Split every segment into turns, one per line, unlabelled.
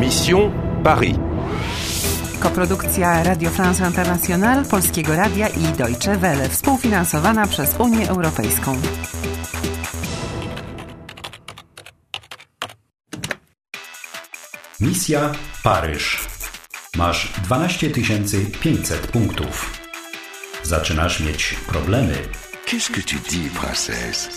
Mission Paris.
Koprodukcja Radio France International, Polskiego Radia i Deutsche Welle, współfinansowana przez Unię Europejską.
Misja Paryż. Masz 12 500 punktów. Zaczynasz mieć problemy.
Qu'est-ce que tu dis, princesse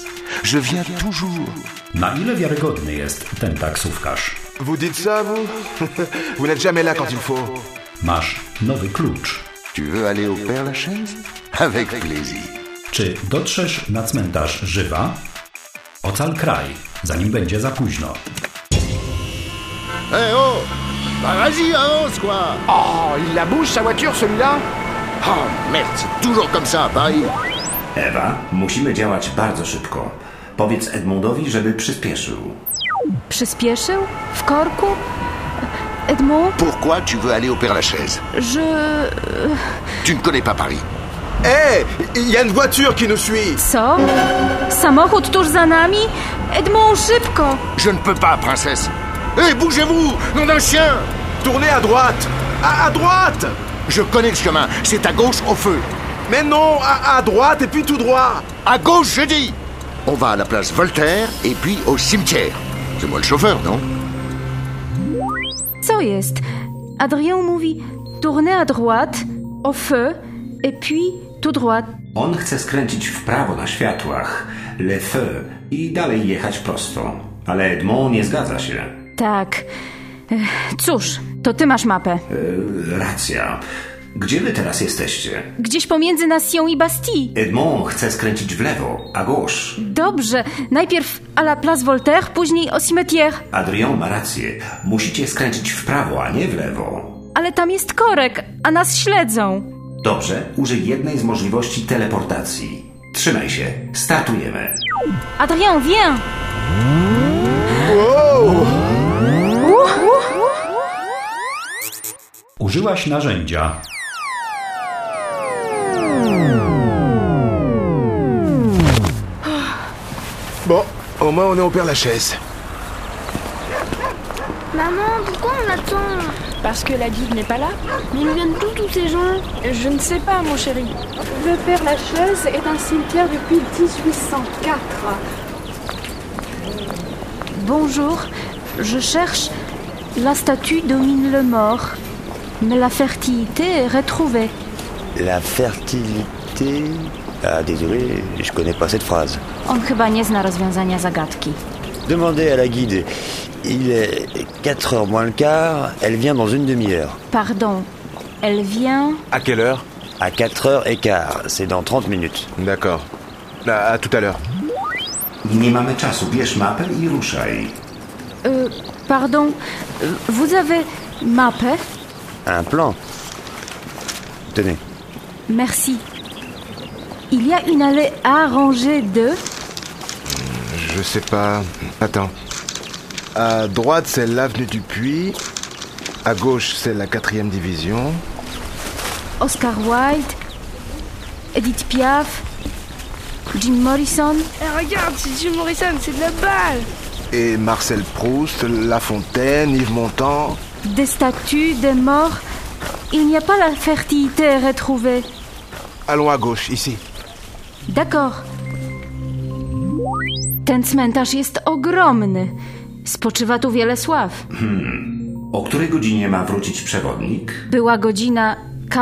Je viens toujours.
Na ile wiarygodny jest ten taksówkarz?
Vous dites ça, vous Vous n'êtes jamais là quand il faut.
Masz nowy klucz.
Tu veux aller au Père Lachaise Avec plaisir.
Czy dotrzesz na cmentarz żywa? Ocal kraj, zanim będzie za późno.
Eh oh Bah vas-y, avance quoi
Oh, il la bouge sa voiture, celui-là
Oh merde, c'est toujours comme ça à Paris
Ewa, musimy działać bardzo szybko. Powiedz Edmundowi, żeby przyspieszył.
Przyspieszył? W korku? Edmond,
Pourquoi tu veux aller au Père-Lachaise
je...
Tu ne connais pas Paris.
Eh Il y a une voiture qui nous suit
Co? Samochód tuż za nami? Edmond, szybko!
Je ne peux pas, princesse. Eh, bougez-vous Nom d'un chien
Tournez à droite à, à droite
Je connais ce chemin, c'est à gauche au feu.
Mais non, à, à droite et puis tout droit
À gauche, je dis On va à la place Voltaire et puis au cimetière. C'est moi le chauffeur, non
Co jest? Adrien mówi, tournez à droite, au feu, et puis tout droit.
On chce skręcić w prawo na światłach, le feu, i dalej jechać prosto. Ale Edmond nie zgadza się. E,
Tak. Ech, Cóż, to ty masz mapę.
E, racja. Gdzie wy teraz jesteście?
Gdzieś pomiędzy Nation i Bastille.
Edmond chce skręcić w lewo, a gauche.
Dobrze, najpierw à la place Voltaire, później au cimetière.
Adrien ma rację. Musicie skręcić w prawo, a nie w lewo.
Ale tam jest korek, a nas śledzą.
Dobrze, użyj jednej z możliwości teleportacji. Trzymaj się, startujemy.
Adrien, viens!
Użyłaś narzędzia.
Bon, au moins on est au Père Lachaise.
Maman, pourquoi on attend
Parce que la guide n'est pas là
Mais ils viennent d'où tous ces gens
Je ne sais pas, mon chéri.
Le Père Lachaise est un cimetière depuis 1804.
Bonjour, je cherche. La statue domine le mort, mais la fertilité est retrouvée.
La fertilité. Ah, désolé, je connais pas cette phrase.
On chyba nie zna rozwiązania zagadki.
Demandez à la guide. Il est 4 h moins le quart, elle vient dans une demi-heure.
Pardon, elle vient.
À quelle heure
À 4 h quart, c'est dans 30 minutes.
D'accord. À, à tout à l'heure.
Nie mamy czasu, bierz mapę i ruszaj.
Euh, pardon, euh, vous avez ma paix
Un plan. Tenez,
Merci. Il y a une allée à ranger de.
Je sais pas. Attends. À droite, c'est l'avenue du Puy. À gauche, c'est la 4 division.
Oscar Wilde, Edith Piaf, Jim Morrison.
Eh, Regarde, c'est Jim Morrison, c'est de la balle
Et Marcel Proust, La Fontaine, Yves Montand.
Des statues, des morts. Il n'y a pas la fertilité retrouvée.
Allons à gauche, ici.
D'accord. Ten cmentarz jest ogromny. Spoczywa tu wiele sław.
o której godzinie ma wrócić przewodnik?
Była godzina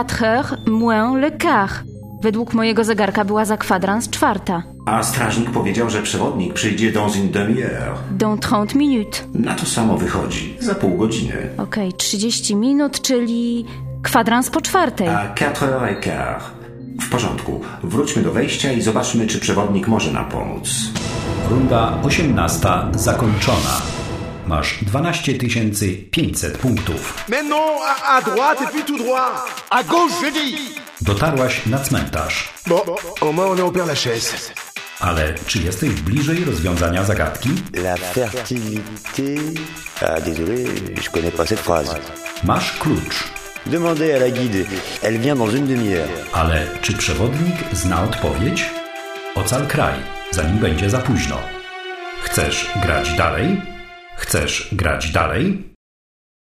4 heures moins le quart. Według mojego zegarka była za kwadrans czwarta.
A strażnik powiedział, że przewodnik przyjdzie dans une demi-heure.
Dans 30 minut.
Na to samo wychodzi, za pół godziny.
Okej, 30 minut, czyli kwadrans po czwartej.
A 4 h quart. W porządku, wróćmy do wejścia i zobaczmy, czy przewodnik może nam pomóc.
Runda 18 zakończona. Masz 12 500 punktów.
Mais non, à, à droite et puis tout droit
À gauche, je dis
Dotarłaś na cmentarz.
Bon, au moins on est au Père Lachaise.
Ale czy jesteś bliżej rozwiązania zagadki?
La fertilité. Ah, désolé, je connais pas cette phrase.
Masz klucz.
Demandez à la guide. Elle vient dans une demi-heure.
Ale czy przewodnik zna odpowiedź? Ocal kraj, zanim będzie za późno. Chcesz grać dalej? Chcesz grać dalej?